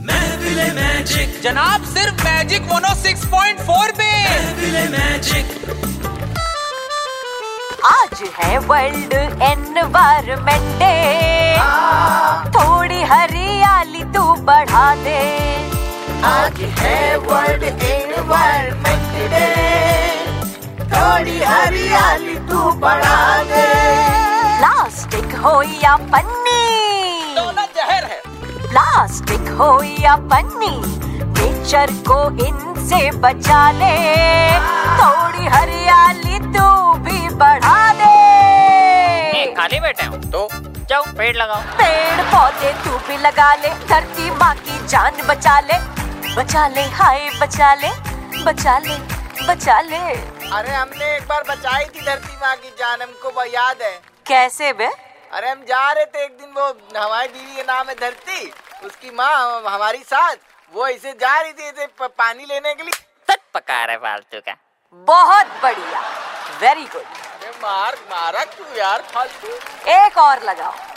महफिल मैजिक जनाब सिर्फ मैजिक मोनो 6.4 पे महफिल मैजिक आज है वर्ल्ड एनवायरमेंट डे थोड़ी हरियाली तू बढ़ा दे आज है वर्ल्ड एनवायरमेंट डे थोड़ी हरियाली तू बढ़ा दे प्लास्टिक हो या पन्नी दोनों जहर है प्लास्टिक हो या पन्नी नेचर को इनसे बचा ले थोड़ी हरियाली तू भी बढ़ा दे ए, खाली बैठे हो तो जाओ पेड़ लगाओ पेड़ पौधे तू भी लगा ले धरती माँ की जान बचा ले बचा ले हाय बचा ले बचा ले बचा ले अरे हमने एक बार बचाई थी धरती माँ की जान हमको वो याद है कैसे बे अरे हम जा रहे थे एक दिन वो हमारी बीवी का नाम है धरती उसकी माँ हम- हमारी साथ वो इसे जा रही थी इसे प- पानी लेने के लिए तट पका रहा है फालतू का बहुत बढ़िया वेरी गुड अरे मार मारा क्यों यार फालतू एक और लगाओ